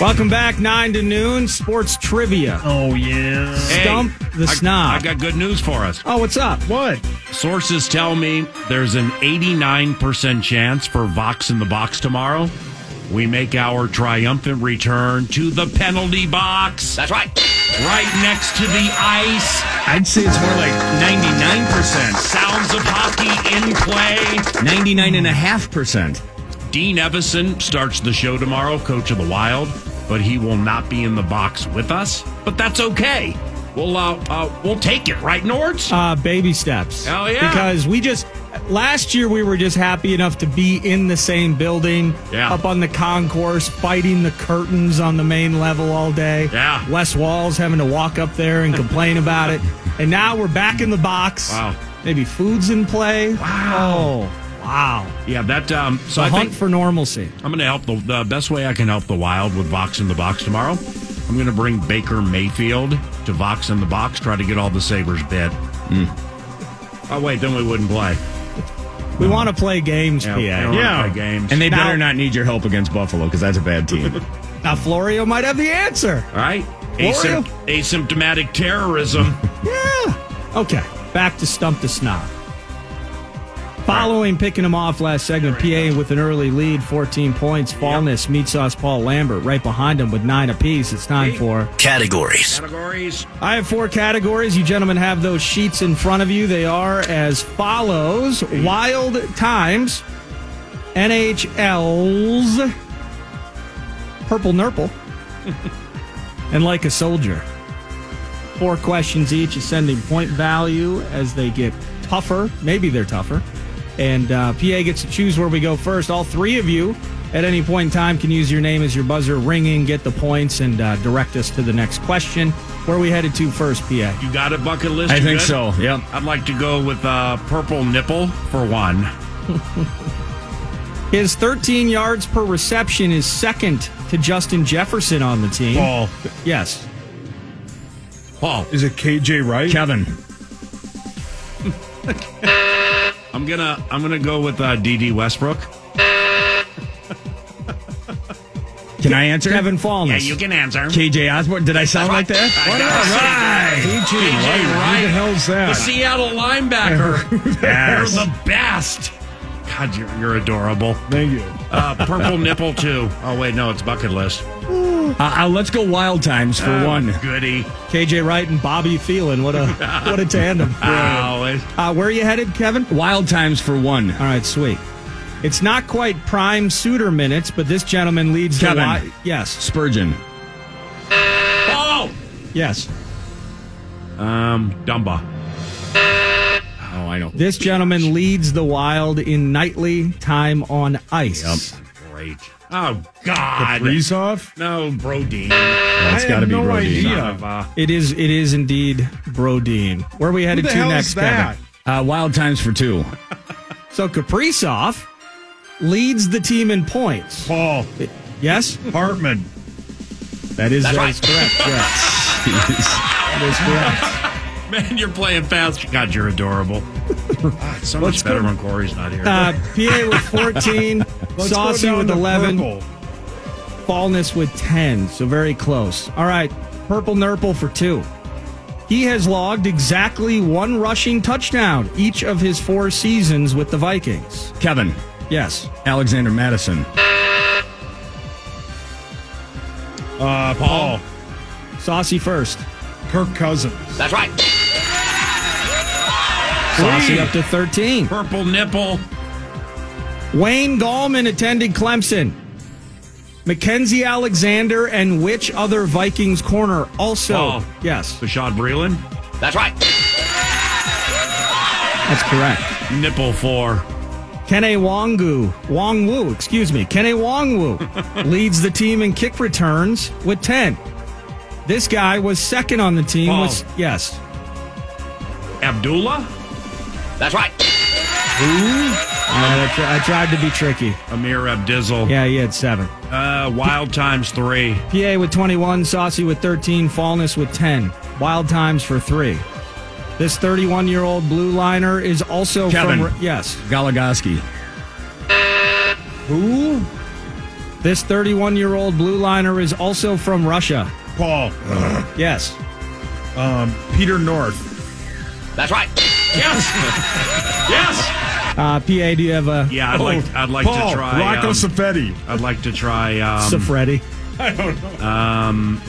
Speaker 11: Welcome back, 9 to noon. Sports trivia.
Speaker 13: Oh yeah.
Speaker 8: Hey,
Speaker 11: Stump the
Speaker 8: I-
Speaker 11: snob.
Speaker 8: I got good news for us.
Speaker 11: oh, what's up?
Speaker 13: What?
Speaker 8: Sources tell me there's an 89% chance for Vox in the Box tomorrow. We make our triumphant return to the penalty box.
Speaker 12: That's right.
Speaker 8: right next to the ice. I'd say it's more like 99%. Sounds of hockey in play.
Speaker 10: 99.5%.
Speaker 8: Dean Evison starts the show tomorrow, coach of the Wild, but he will not be in the box with us. But that's okay. We'll uh, uh, we'll take it, right, Nords?
Speaker 11: Uh, baby steps.
Speaker 8: Oh, yeah.
Speaker 11: Because we just last year we were just happy enough to be in the same building,
Speaker 8: Yeah.
Speaker 11: up on the concourse, fighting the curtains on the main level all day.
Speaker 8: Yeah.
Speaker 11: Wes Walls having to walk up there and complain about it, and now we're back in the box.
Speaker 8: Wow.
Speaker 11: Maybe food's in play.
Speaker 8: Wow.
Speaker 11: Oh, wow.
Speaker 8: Yeah, that. Um, so
Speaker 11: The
Speaker 8: I
Speaker 11: hunt
Speaker 8: think
Speaker 11: for normalcy.
Speaker 8: I'm going to help the, the best way I can help the Wild with Vox in the Box tomorrow. I'm going to bring Baker Mayfield to Vox in the Box, try to get all the Sabers bid.
Speaker 10: Hmm.
Speaker 8: Oh wait, then we wouldn't play.
Speaker 11: We want to play games,
Speaker 8: Yeah,
Speaker 11: PA.
Speaker 8: we wanna Yeah. play games.
Speaker 10: And they
Speaker 11: Now-
Speaker 10: better not need your help against Buffalo because that's a bad team.
Speaker 11: Now Florio might have the answer.
Speaker 8: All right,
Speaker 11: Florio?
Speaker 8: Asympt- asymptomatic terrorism.
Speaker 11: Okay, back to stump the snob. Following picking him off last segment, PA with an early lead, 14 points. Fallness meat sauce Paul Lambert right behind him with nine apiece. It's time for
Speaker 12: Categories.
Speaker 8: Categories.
Speaker 11: I have four categories. You gentlemen have those sheets in front of you. They are as follows: Wild Times, NHL's Purple Nurple, and Like a Soldier. Four questions each, ascending point value as they get tougher. Maybe they're tougher. And uh, PA gets to choose where we go first. All three of you at any point in time can use your name as your buzzer, ring in, get the points, and uh, direct us to the next question. Where are we headed to first, PA?
Speaker 8: You got a bucket list?
Speaker 10: I
Speaker 8: You
Speaker 10: think
Speaker 8: good?
Speaker 10: so, yep.
Speaker 8: I'd like to go with uh, purple nipple for one.
Speaker 11: His 13 yards per reception is second to Justin Jefferson on the team.
Speaker 13: Paul.
Speaker 11: Yes.
Speaker 8: Paul.
Speaker 13: Is it KJ Wright?
Speaker 10: Kevin.
Speaker 8: I'm gonna I'm gonna go with uh, DD Westbrook.
Speaker 10: Can I answer?
Speaker 11: Kevin Fallness.
Speaker 8: Yeah, you can answer.
Speaker 10: KJ Osborne. Did I sound like that?
Speaker 8: I gotta say that.
Speaker 13: KJ
Speaker 8: KJ
Speaker 13: Wright. Who the
Speaker 8: Wright.
Speaker 13: hell's that?
Speaker 8: The Seattle linebacker.
Speaker 13: Yes.
Speaker 8: You're the best. God, you're, you're adorable.
Speaker 13: Thank you.
Speaker 8: Uh, purple nipple too. Oh wait, no, it's bucket list.
Speaker 10: Uh, uh, let's go Wild Times for
Speaker 8: Oh,
Speaker 10: one.
Speaker 8: goody.
Speaker 11: KJ Wright and Bobby Phelan. What a what a tandem.
Speaker 8: Oh, it-
Speaker 11: Uh, where are you headed, Kevin?
Speaker 10: Wild Times for one.
Speaker 11: All right, sweet. It's not quite prime suitor minutes, but this gentleman leads the
Speaker 10: Kevin.
Speaker 11: wi- Yes,
Speaker 10: Spurgeon.
Speaker 8: Paul.
Speaker 11: yes.
Speaker 8: Um, Dumba.
Speaker 10: Oh, I know.
Speaker 11: This gentleman leads the Wild in nightly time on ice.
Speaker 8: Great. Oh God.
Speaker 13: Kaprizov?
Speaker 8: No, Brody.
Speaker 10: That's
Speaker 13: I
Speaker 10: got to
Speaker 13: have
Speaker 10: be
Speaker 13: no
Speaker 10: Brody.
Speaker 13: idea.
Speaker 8: Son of uh, a-
Speaker 11: It is. It is indeed Brodeen. Where are we
Speaker 13: Who
Speaker 11: headed
Speaker 13: the
Speaker 11: to
Speaker 13: hell
Speaker 11: next,
Speaker 13: is that?
Speaker 11: Kevin?
Speaker 10: Uh, wild Times for two.
Speaker 11: So Kaprizov leads the team in points.
Speaker 13: Paul
Speaker 11: Yes,
Speaker 13: Hartman.
Speaker 11: that is
Speaker 10: uh,
Speaker 11: that is correct. Yes,
Speaker 10: Jeez.
Speaker 11: that is correct.
Speaker 8: Man, you're playing fast. God, you're adorable. Ah, it's so much better when Corey's not here.
Speaker 11: Uh, PA with fourteen,
Speaker 13: Let's go
Speaker 11: Saucy
Speaker 13: down
Speaker 11: with
Speaker 13: to
Speaker 11: eleven.
Speaker 13: purple.
Speaker 11: Fallness with 10, so very close. All right, Purple Nurple for two. He has logged exactly one rushing touchdown each of his four seasons with the Vikings.
Speaker 10: Kevin.
Speaker 11: Yes.
Speaker 10: Alexander Madison.
Speaker 13: Uh, Paul.
Speaker 11: Saucy first.
Speaker 13: Kirk Cousins.
Speaker 8: That's right.
Speaker 11: Saucy up to 13.
Speaker 8: Purple nipple.
Speaker 11: Wayne Gallman attended Clemson. Mackenzie Alexander and which other Vikings corner also?
Speaker 8: Paul.
Speaker 11: Yes.
Speaker 8: Bashad Breeland. That's right.
Speaker 11: That's correct.
Speaker 8: Nipple four.
Speaker 11: Kene Wongu, Wong Wu, excuse me, Kene Wong Wu leads the team in kick returns with 10. This guy was second on the team.
Speaker 8: Paul.
Speaker 11: Was, yes.
Speaker 8: Abdullah. That's right.
Speaker 11: I, I tri- I tried to be tricky.
Speaker 8: Amir Abdizzle.
Speaker 11: Yeah, he had seven.
Speaker 8: Uh, wild times three.
Speaker 11: PA with 21, Saucy with 13, Fallness with 10. Wild times for three. This 31 year old blue liner is also
Speaker 10: Kevin.
Speaker 11: from. Yes.
Speaker 10: Goligoski.
Speaker 11: Who? This 31 year old blue liner is also from Russia.
Speaker 13: Paul.
Speaker 11: Yes.
Speaker 13: Um, Peter North.
Speaker 8: That's right. Yes. yes.
Speaker 11: Uh, PA, do you have a.
Speaker 8: Yeah, I'd like. I'd like
Speaker 13: Oh, Paul,
Speaker 8: to try.
Speaker 13: Rocco
Speaker 8: um,
Speaker 13: Siffredi.
Speaker 8: I'd like to try. Um,
Speaker 11: Safredi.
Speaker 13: I don't know.
Speaker 8: um,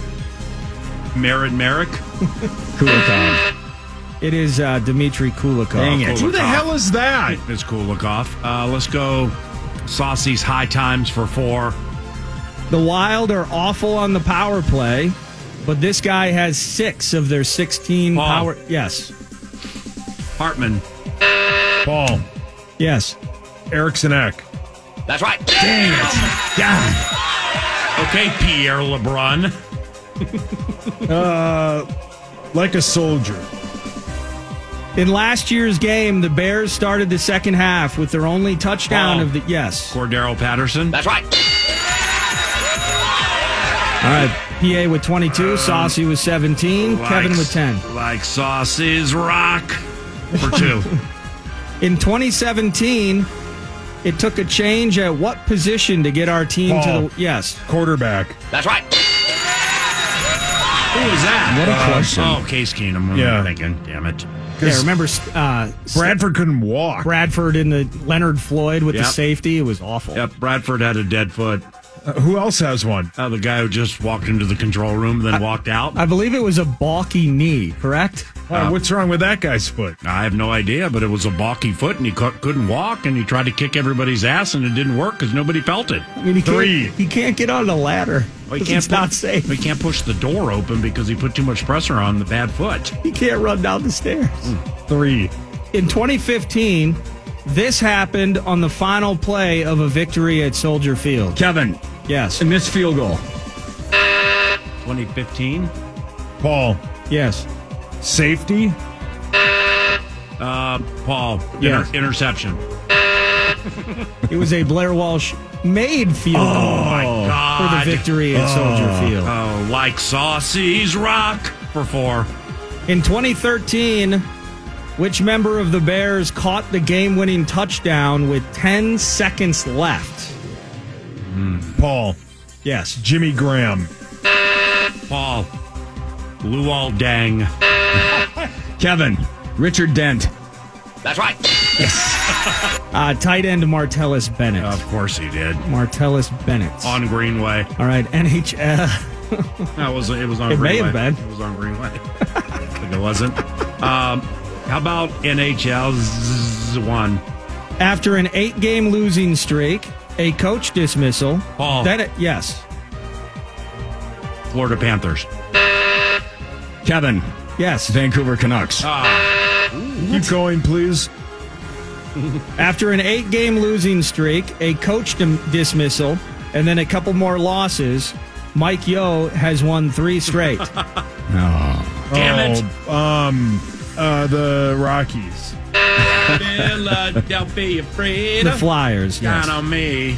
Speaker 8: Merritt Merrick?
Speaker 11: Kulikov. It is uh, Dmitry Kulikov.
Speaker 8: Kulikov.
Speaker 13: is that?
Speaker 8: It's Kulikov. Uh, let's go. Saucy's high times for four.
Speaker 11: The Wild are awful on the power play, but this guy has six of their 16 power. Yes.
Speaker 8: Hartman.
Speaker 13: Paul.
Speaker 11: Yes.
Speaker 13: Erickson Eck.
Speaker 8: That's right. Dang it. God. Okay, Pierre LeBrun.
Speaker 13: uh, like a soldier.
Speaker 11: In last year's game, the Bears started the second half with their only touchdown
Speaker 8: Paul.
Speaker 11: of the. Yes.
Speaker 8: Cordero Patterson. That's right.
Speaker 11: All right. PA with 22,
Speaker 8: Um,
Speaker 11: Saucy with 17, Kevin with 10.
Speaker 8: Like Saucy's rock for two.
Speaker 11: In 2017, it took a change at what position to get our team
Speaker 13: Paul.
Speaker 11: to the. Yes.
Speaker 13: Quarterback.
Speaker 8: That's right. Who was that?
Speaker 13: What a
Speaker 8: Uh,
Speaker 13: question.
Speaker 8: Oh, Case Keenum. I'm
Speaker 13: Yeah.
Speaker 8: thinking. Damn it.
Speaker 11: Yeah, remember uh,
Speaker 13: Bradford couldn't walk.
Speaker 11: Bradford in the Leonard Floyd with the
Speaker 8: Yep.
Speaker 11: safety. It was awful.
Speaker 8: Yep, Bradford had a dead foot.
Speaker 13: Uh, who else has one?
Speaker 8: Uh, the guy who just walked into the control room, then walked out.
Speaker 11: I believe it was a balky knee, correct?
Speaker 8: Uh,
Speaker 13: Wow, Uh, what's wrong with that guy's foot?
Speaker 8: I have Um, no idea, but it was a balky foot, and he cou- couldn't walk, and he tried to kick everybody's ass, and it didn't work because nobody felt it.
Speaker 11: I mean, he Can't, he can't get on the ladder.
Speaker 8: Well,
Speaker 11: It's not safe.
Speaker 8: He can't push the door open because he put too much pressure on the bad foot.
Speaker 11: He can't run down the stairs.
Speaker 8: Mm.
Speaker 13: Three.
Speaker 11: In 2015, this happened on the final play of a victory at Soldier Field.
Speaker 10: Kevin.
Speaker 11: Yes.
Speaker 10: A missed field goal.
Speaker 8: 2015.
Speaker 13: Paul.
Speaker 11: Yes.
Speaker 13: Safety.
Speaker 8: Uh, Paul,
Speaker 13: Yes.
Speaker 8: inter- interception.
Speaker 11: It was a Blair Walsh made field goal
Speaker 8: Oh, God.
Speaker 11: for the victory at Soldier Field.
Speaker 8: Oh, like Saucy's rock for four.
Speaker 11: In 2013, which member of the Bears caught the game winning touchdown with 10 seconds left?
Speaker 13: Paul.
Speaker 11: Yes.
Speaker 13: Jimmy Graham.
Speaker 8: Paul, Luol Dang.
Speaker 10: Kevin. Richard Dent.
Speaker 8: That's right.
Speaker 11: Uh, tight end Martellus Bennett.
Speaker 8: Of course he did.
Speaker 11: Martellus Bennett.
Speaker 8: Uh, On Greenway.
Speaker 11: All right, NHL.
Speaker 8: That was it was on
Speaker 11: It may
Speaker 8: Greenway.
Speaker 11: have been.
Speaker 8: It was on Greenway. I think it wasn't. Um, how about NHL's one?
Speaker 11: After an eight game losing streak, a coach dismissal.
Speaker 8: Paul.
Speaker 11: Then it, yes.
Speaker 8: Florida Panthers.
Speaker 10: Kevin.
Speaker 11: Yes.
Speaker 10: Vancouver Canucks.
Speaker 8: Oh.
Speaker 13: Keep going, please.
Speaker 11: After an eight game losing streak, a coach dim- dismissal, and then a couple more losses, Mike Yo has won three straight.
Speaker 10: Oh,
Speaker 8: Damn
Speaker 13: it. Um, uh, the Rockies.
Speaker 8: Philadelphia Freedom.
Speaker 11: the Flyers. Yes.
Speaker 8: Count on me.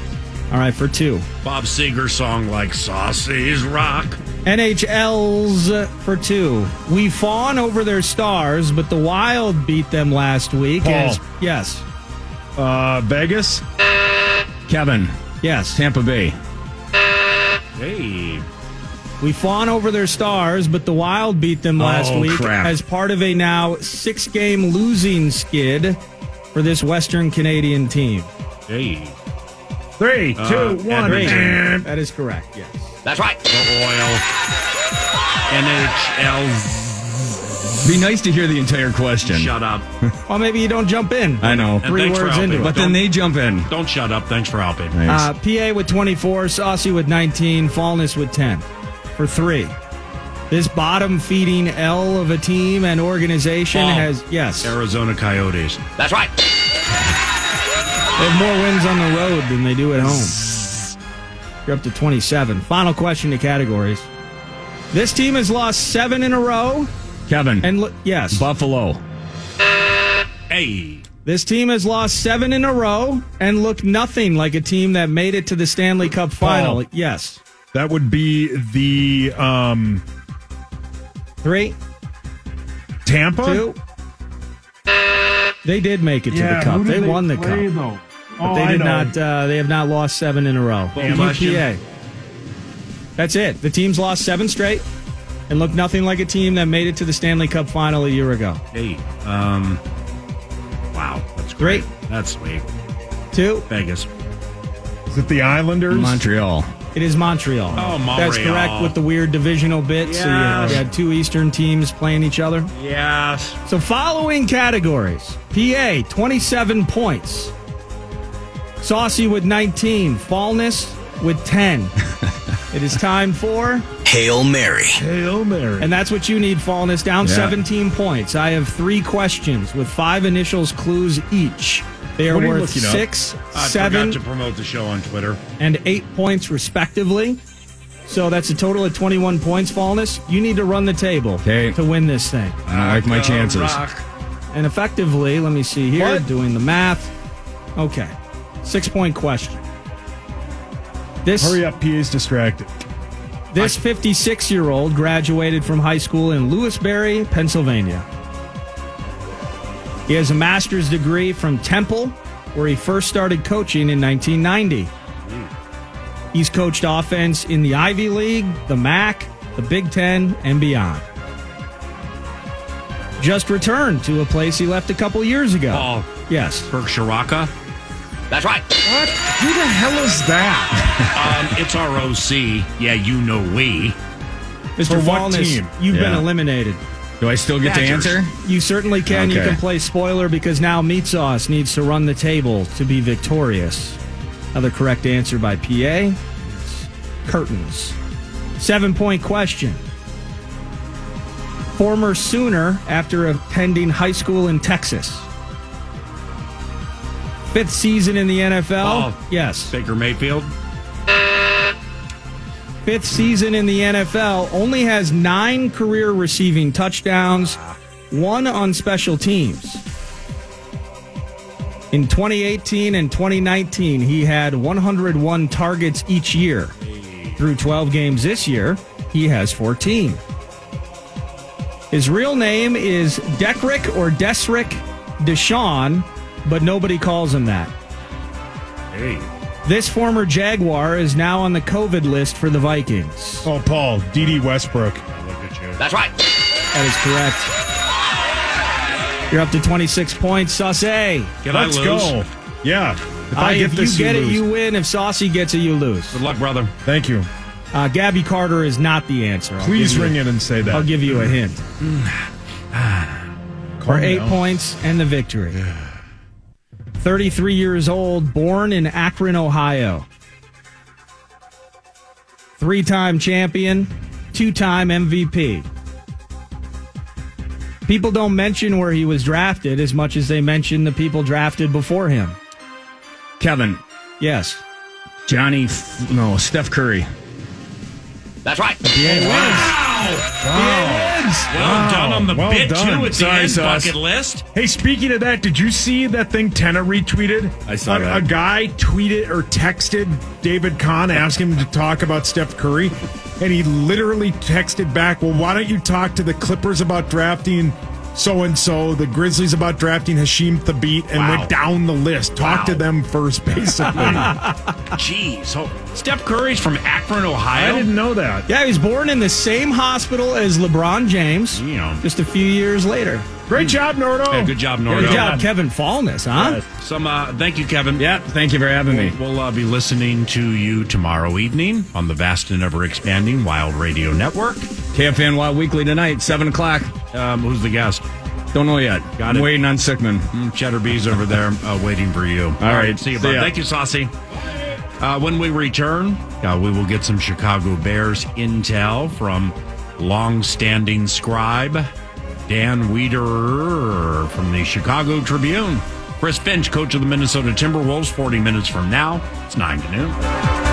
Speaker 11: All right, for two.
Speaker 8: Bob Seger song like Saucy's Rock.
Speaker 11: NHL's uh, for two. We fawn over their stars, but the Wild beat them last week.
Speaker 13: Paul.
Speaker 11: as- yes.
Speaker 13: Uh, Vegas.
Speaker 10: Kevin.
Speaker 11: Yes.
Speaker 10: Tampa Bay.
Speaker 8: Hey.
Speaker 11: We fawn over their stars, but the Wild beat them last
Speaker 10: Oh,
Speaker 11: week
Speaker 10: crap.
Speaker 11: as part of a now six game losing skid for this Western Canadian team.
Speaker 8: Hey.
Speaker 13: Three, two,
Speaker 8: Uh,
Speaker 13: one.
Speaker 8: Edmonton.
Speaker 11: That is correct, yes.
Speaker 8: That's right. The oil. NHL's
Speaker 10: Be nice to hear the entire question.
Speaker 8: shut up.
Speaker 11: Well, maybe you don't jump in.
Speaker 10: I know.
Speaker 8: And
Speaker 11: Three
Speaker 8: thanks for
Speaker 11: words
Speaker 8: helping.
Speaker 11: into it.
Speaker 10: But then they jump in.
Speaker 8: Don't shut up. Thanks for helping.
Speaker 11: Uh, PA with 24, Saucy with 19, Fallness with 10 for three. This bottom feeding L of a team and organization
Speaker 8: Paul.
Speaker 11: has, yes, they
Speaker 8: Arizona Coyotes. That's right.
Speaker 11: have more wins on the road than they do at home. You're up to 27. Final question to categories. This team has lost seven in a row.
Speaker 10: Kevin.
Speaker 11: And look, yes,
Speaker 10: Buffalo.
Speaker 8: Hey.
Speaker 11: this team has lost seven in a row and looked nothing like a team that made it to the Stanley Cup final.
Speaker 13: Paul.
Speaker 11: Yes.
Speaker 13: That would be the um,
Speaker 11: Three.
Speaker 13: Tampa.
Speaker 11: Two. They did make it to the cup. They, won the cup. But they did not. Uh, they have not lost seven in a row.
Speaker 8: Oh, Well, question.
Speaker 11: UPA. That's it. The team's lost seven straight and looked nothing like a team that made it to the Stanley Cup final a year ago.
Speaker 8: Hey. Um. Wow. That's
Speaker 11: Great.
Speaker 8: great. That's sweet.
Speaker 11: Two.
Speaker 8: Vegas.
Speaker 13: Is it the Islanders?
Speaker 10: Montreal.
Speaker 11: It is Montreal.
Speaker 8: Oh,
Speaker 11: That's
Speaker 8: Montreal.
Speaker 11: correct with the weird divisional bit. So you
Speaker 8: Yes.
Speaker 11: you had two Eastern teams playing each other.
Speaker 8: Yes.
Speaker 11: So, following categories PA, 27 points. Saucy with 19. Fallness with 10. it is time for.
Speaker 12: Hail Mary.
Speaker 13: Hail Mary.
Speaker 11: And that's what you need, Fallness. Down
Speaker 12: Yeah.
Speaker 11: 17 points. I have three questions with five initials clues each. They are
Speaker 8: What are you
Speaker 11: worth
Speaker 8: looking up?
Speaker 11: six,
Speaker 8: I
Speaker 11: seven,
Speaker 8: forgot to promote the show on Twitter.
Speaker 11: and eight points, respectively. So that's a total of 21 points, Fallness. You need to run the table to win this thing.
Speaker 10: I like my chances.
Speaker 11: And effectively, let me see here, doing the math. Okay. Six point question. This
Speaker 13: Hurry up, PA's distracted.
Speaker 11: This 56 year old graduated from high school in Lewisberry, Pennsylvania. He has a master's degree from Temple, where he first started coaching in 1990. He's coached offense in the Ivy League, the MAC, the Big Ten, and beyond. Just returned to a place he left a couple years ago.
Speaker 8: Oh,
Speaker 11: yes.
Speaker 8: Berkshire Rocca. That's right.
Speaker 13: What? Who the hell is
Speaker 8: that? um, it's ROC. Yeah, you know we.
Speaker 11: Mr. Fallness, you've been eliminated.
Speaker 10: Do I still get
Speaker 11: Badgers.
Speaker 10: to answer?
Speaker 11: You certainly can. You
Speaker 10: Okay.
Speaker 11: can play spoiler because now Meat Sauce needs to run the table to be victorious. Another correct answer by PA. It's curtains. Seven point question. Former Sooner after attending high school in Texas. Fifth season in the NFL. yes.
Speaker 8: Baker Mayfield.
Speaker 11: fifth season in the NFL, only has nine career receiving touchdowns, one on special teams. In 2018 and 2019, he had 101 targets each year. Through 12 games this year, he has 14. His real name is Deckrick or Desrick Deshaun, but nobody calls him that.
Speaker 8: Hey.
Speaker 11: This former Jaguar is now on the COVID list for the Vikings.
Speaker 13: Oh, Paul, D.D. Westbrook.
Speaker 8: That's right.
Speaker 11: That is correct. You're up to 26 points, Saucy.
Speaker 8: Can I
Speaker 13: Let's
Speaker 8: lose?
Speaker 13: go. Yeah. If I,
Speaker 11: Uh,
Speaker 13: get
Speaker 11: if
Speaker 13: this,
Speaker 11: you get it,
Speaker 13: lose.
Speaker 11: you win. If Saucy gets it, you lose.
Speaker 8: Good luck, brother.
Speaker 13: Thank you.
Speaker 11: Uh, Gabby Carter is not the answer. I'll
Speaker 13: Please
Speaker 11: give you-
Speaker 13: ring in and say that.
Speaker 11: I'll give you a hint. For
Speaker 13: Calm
Speaker 11: eight
Speaker 13: down.
Speaker 11: points and the victory. 33 years old, born in Akron, Ohio. Three time champion, two time MVP. People don't mention where he was drafted as much as they mention the people drafted before him.
Speaker 10: Kevin.
Speaker 11: Yes.
Speaker 10: Johnny. F- no, Steph Curry.
Speaker 8: That's right.
Speaker 13: Wow.
Speaker 8: Oh, Well done on the bit, too. It's the end bucket list.
Speaker 13: Hey, speaking of that, did you see that thing Tenna retweeted?
Speaker 10: I saw
Speaker 13: a,
Speaker 10: that.
Speaker 13: A guy tweeted or texted David Kahn, asked him to talk about Steph Curry, and he literally texted back, well, why don't you talk to the Clippers about drafting so-and-so, the Grizzlies about drafting Hashim Thabit, and
Speaker 8: Wow.
Speaker 13: went down the list. Talk to
Speaker 8: Wow.
Speaker 13: them first, basically.
Speaker 8: Jeez. Oh, Steph Curry's from Akron, Ohio.
Speaker 13: I didn't know that.
Speaker 11: Yeah, he was born in the same hospital as LeBron James just a few years later.
Speaker 13: Great job, Nordo.
Speaker 8: Hey, good job, Nordo.
Speaker 11: Good job, Kevin Fallness, huh?
Speaker 8: Some uh, thank you, Kevin.
Speaker 10: Yeah, thank you for having me.
Speaker 8: We'll uh, be listening to you tomorrow evening on the vast and ever expanding Wild Radio Network.
Speaker 10: KFNY Weekly tonight, 7 o'clock.
Speaker 8: Um, who's the guest?
Speaker 10: Don't know yet.
Speaker 8: Got
Speaker 10: I'm
Speaker 8: it.
Speaker 10: waiting on Sickman.
Speaker 8: Mm, Cheddar B's over there uh, waiting for you.
Speaker 10: All right.
Speaker 8: See you,
Speaker 10: See
Speaker 8: bud.
Speaker 10: ya.
Speaker 8: Thank you, Saucy. Uh, when we return, uh, we will get some Chicago Bears intel from longstanding scribe Dan Weeder from the Chicago Tribune. Chris Finch, coach of the Minnesota Timberwolves, 40 minutes from now. It's 9 to noon.